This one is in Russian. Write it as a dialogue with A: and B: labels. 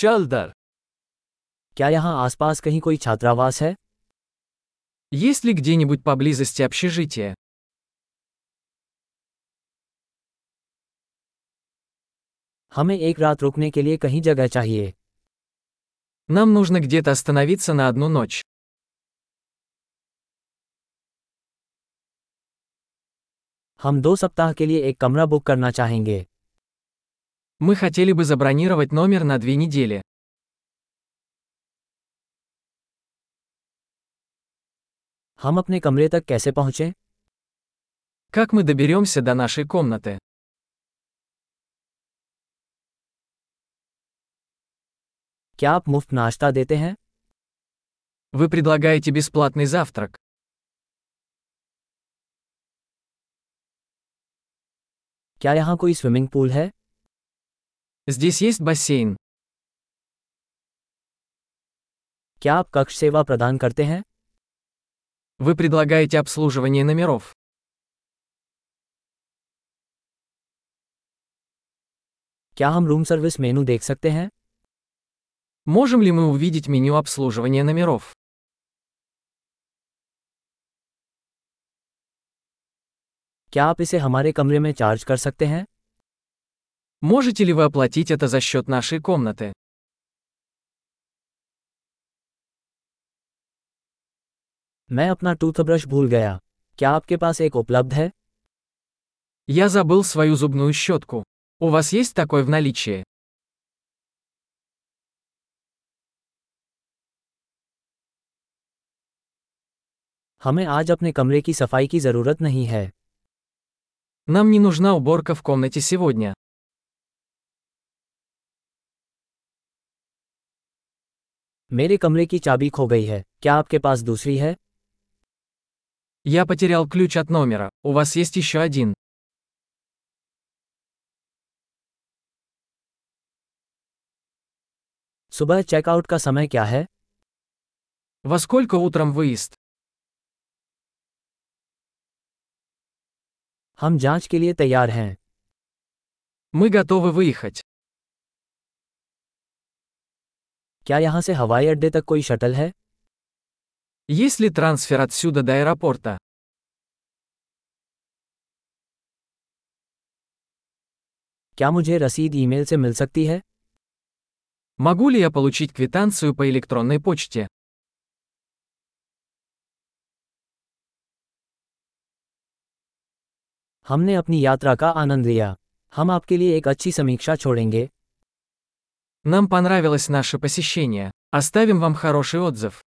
A: चल दर
B: क्या यहाँ आसपास कहीं कोई छात्रावास है
A: Есть ли где-нибудь поблизости общежитие?
B: हमें एक रात रुकने के लिए कहीं जगह चाहिए
A: Нам нужно где-то остановиться на одну ночь.
B: हम दो सप्ताह के लिए एक कमरा बुक करना चाहेंगे
A: Мы хотели бы забронировать номер на две недели.
B: हम अपने कमरे तक कैसे पहुँचें
A: Как мы доберемся до нашей комнаты?
B: क्या आप मुफ्त नाश्ता देते हैं
A: Вы предлагаете бесплатный завтрак.
B: क्या यहाँ कोई स्विमिंग पूल है
A: Здесь есть бассейн.
B: क्या आप कक्ष सेवा प्रदान करते हैं
A: Вы предлагаете обслуживание номеров.
B: क्या हम रूम सर्विस मेनू देख सकते हैं
A: Можем ли мы увидеть меню обслуживания номеров?
B: क्या आप इसे हमारे कमरे में चार्ज कर सकते हैं
A: Можете ли вы оплатить это за счет нашей комнаты?
B: मैं अपना टूथब्रश भूल गया क्या आपके पास एक उपलब्ध है
A: Я забыл свою зубную щетку. У вас есть такой в наличии?
B: हमें आज अपने कमरे की सफाई की ज़रूरत नहीं है
A: Нам не нужна уборка в комнате сегодня.
B: मेरे कमरे की चाबी खो गई है क्या आपके पास दूसरी है
A: Я потерял ключ от номера. У вас есть еще один.
B: सुबह चेकआउट का समय क्या है
A: Во сколько утром выезд?
B: हम जांच के लिए तैयार हैं
A: Мы готовы выехать.
B: क्या यहाँ से हवाई अड्डे तक कोई शटल है
A: Есть ли трансфер отсюда до аэропорта?
B: क्या मुझे रसीद ईमेल से मिल सकती है
A: Могу ли я получить квитанцию по электронной почте?
B: हमने अपनी यात्रा का आनंद लिया हम आपके लिए एक अच्छी समीक्षा छोड़ेंगे
A: Нам понравилось наше посещение. Оставим вам хороший отзыв.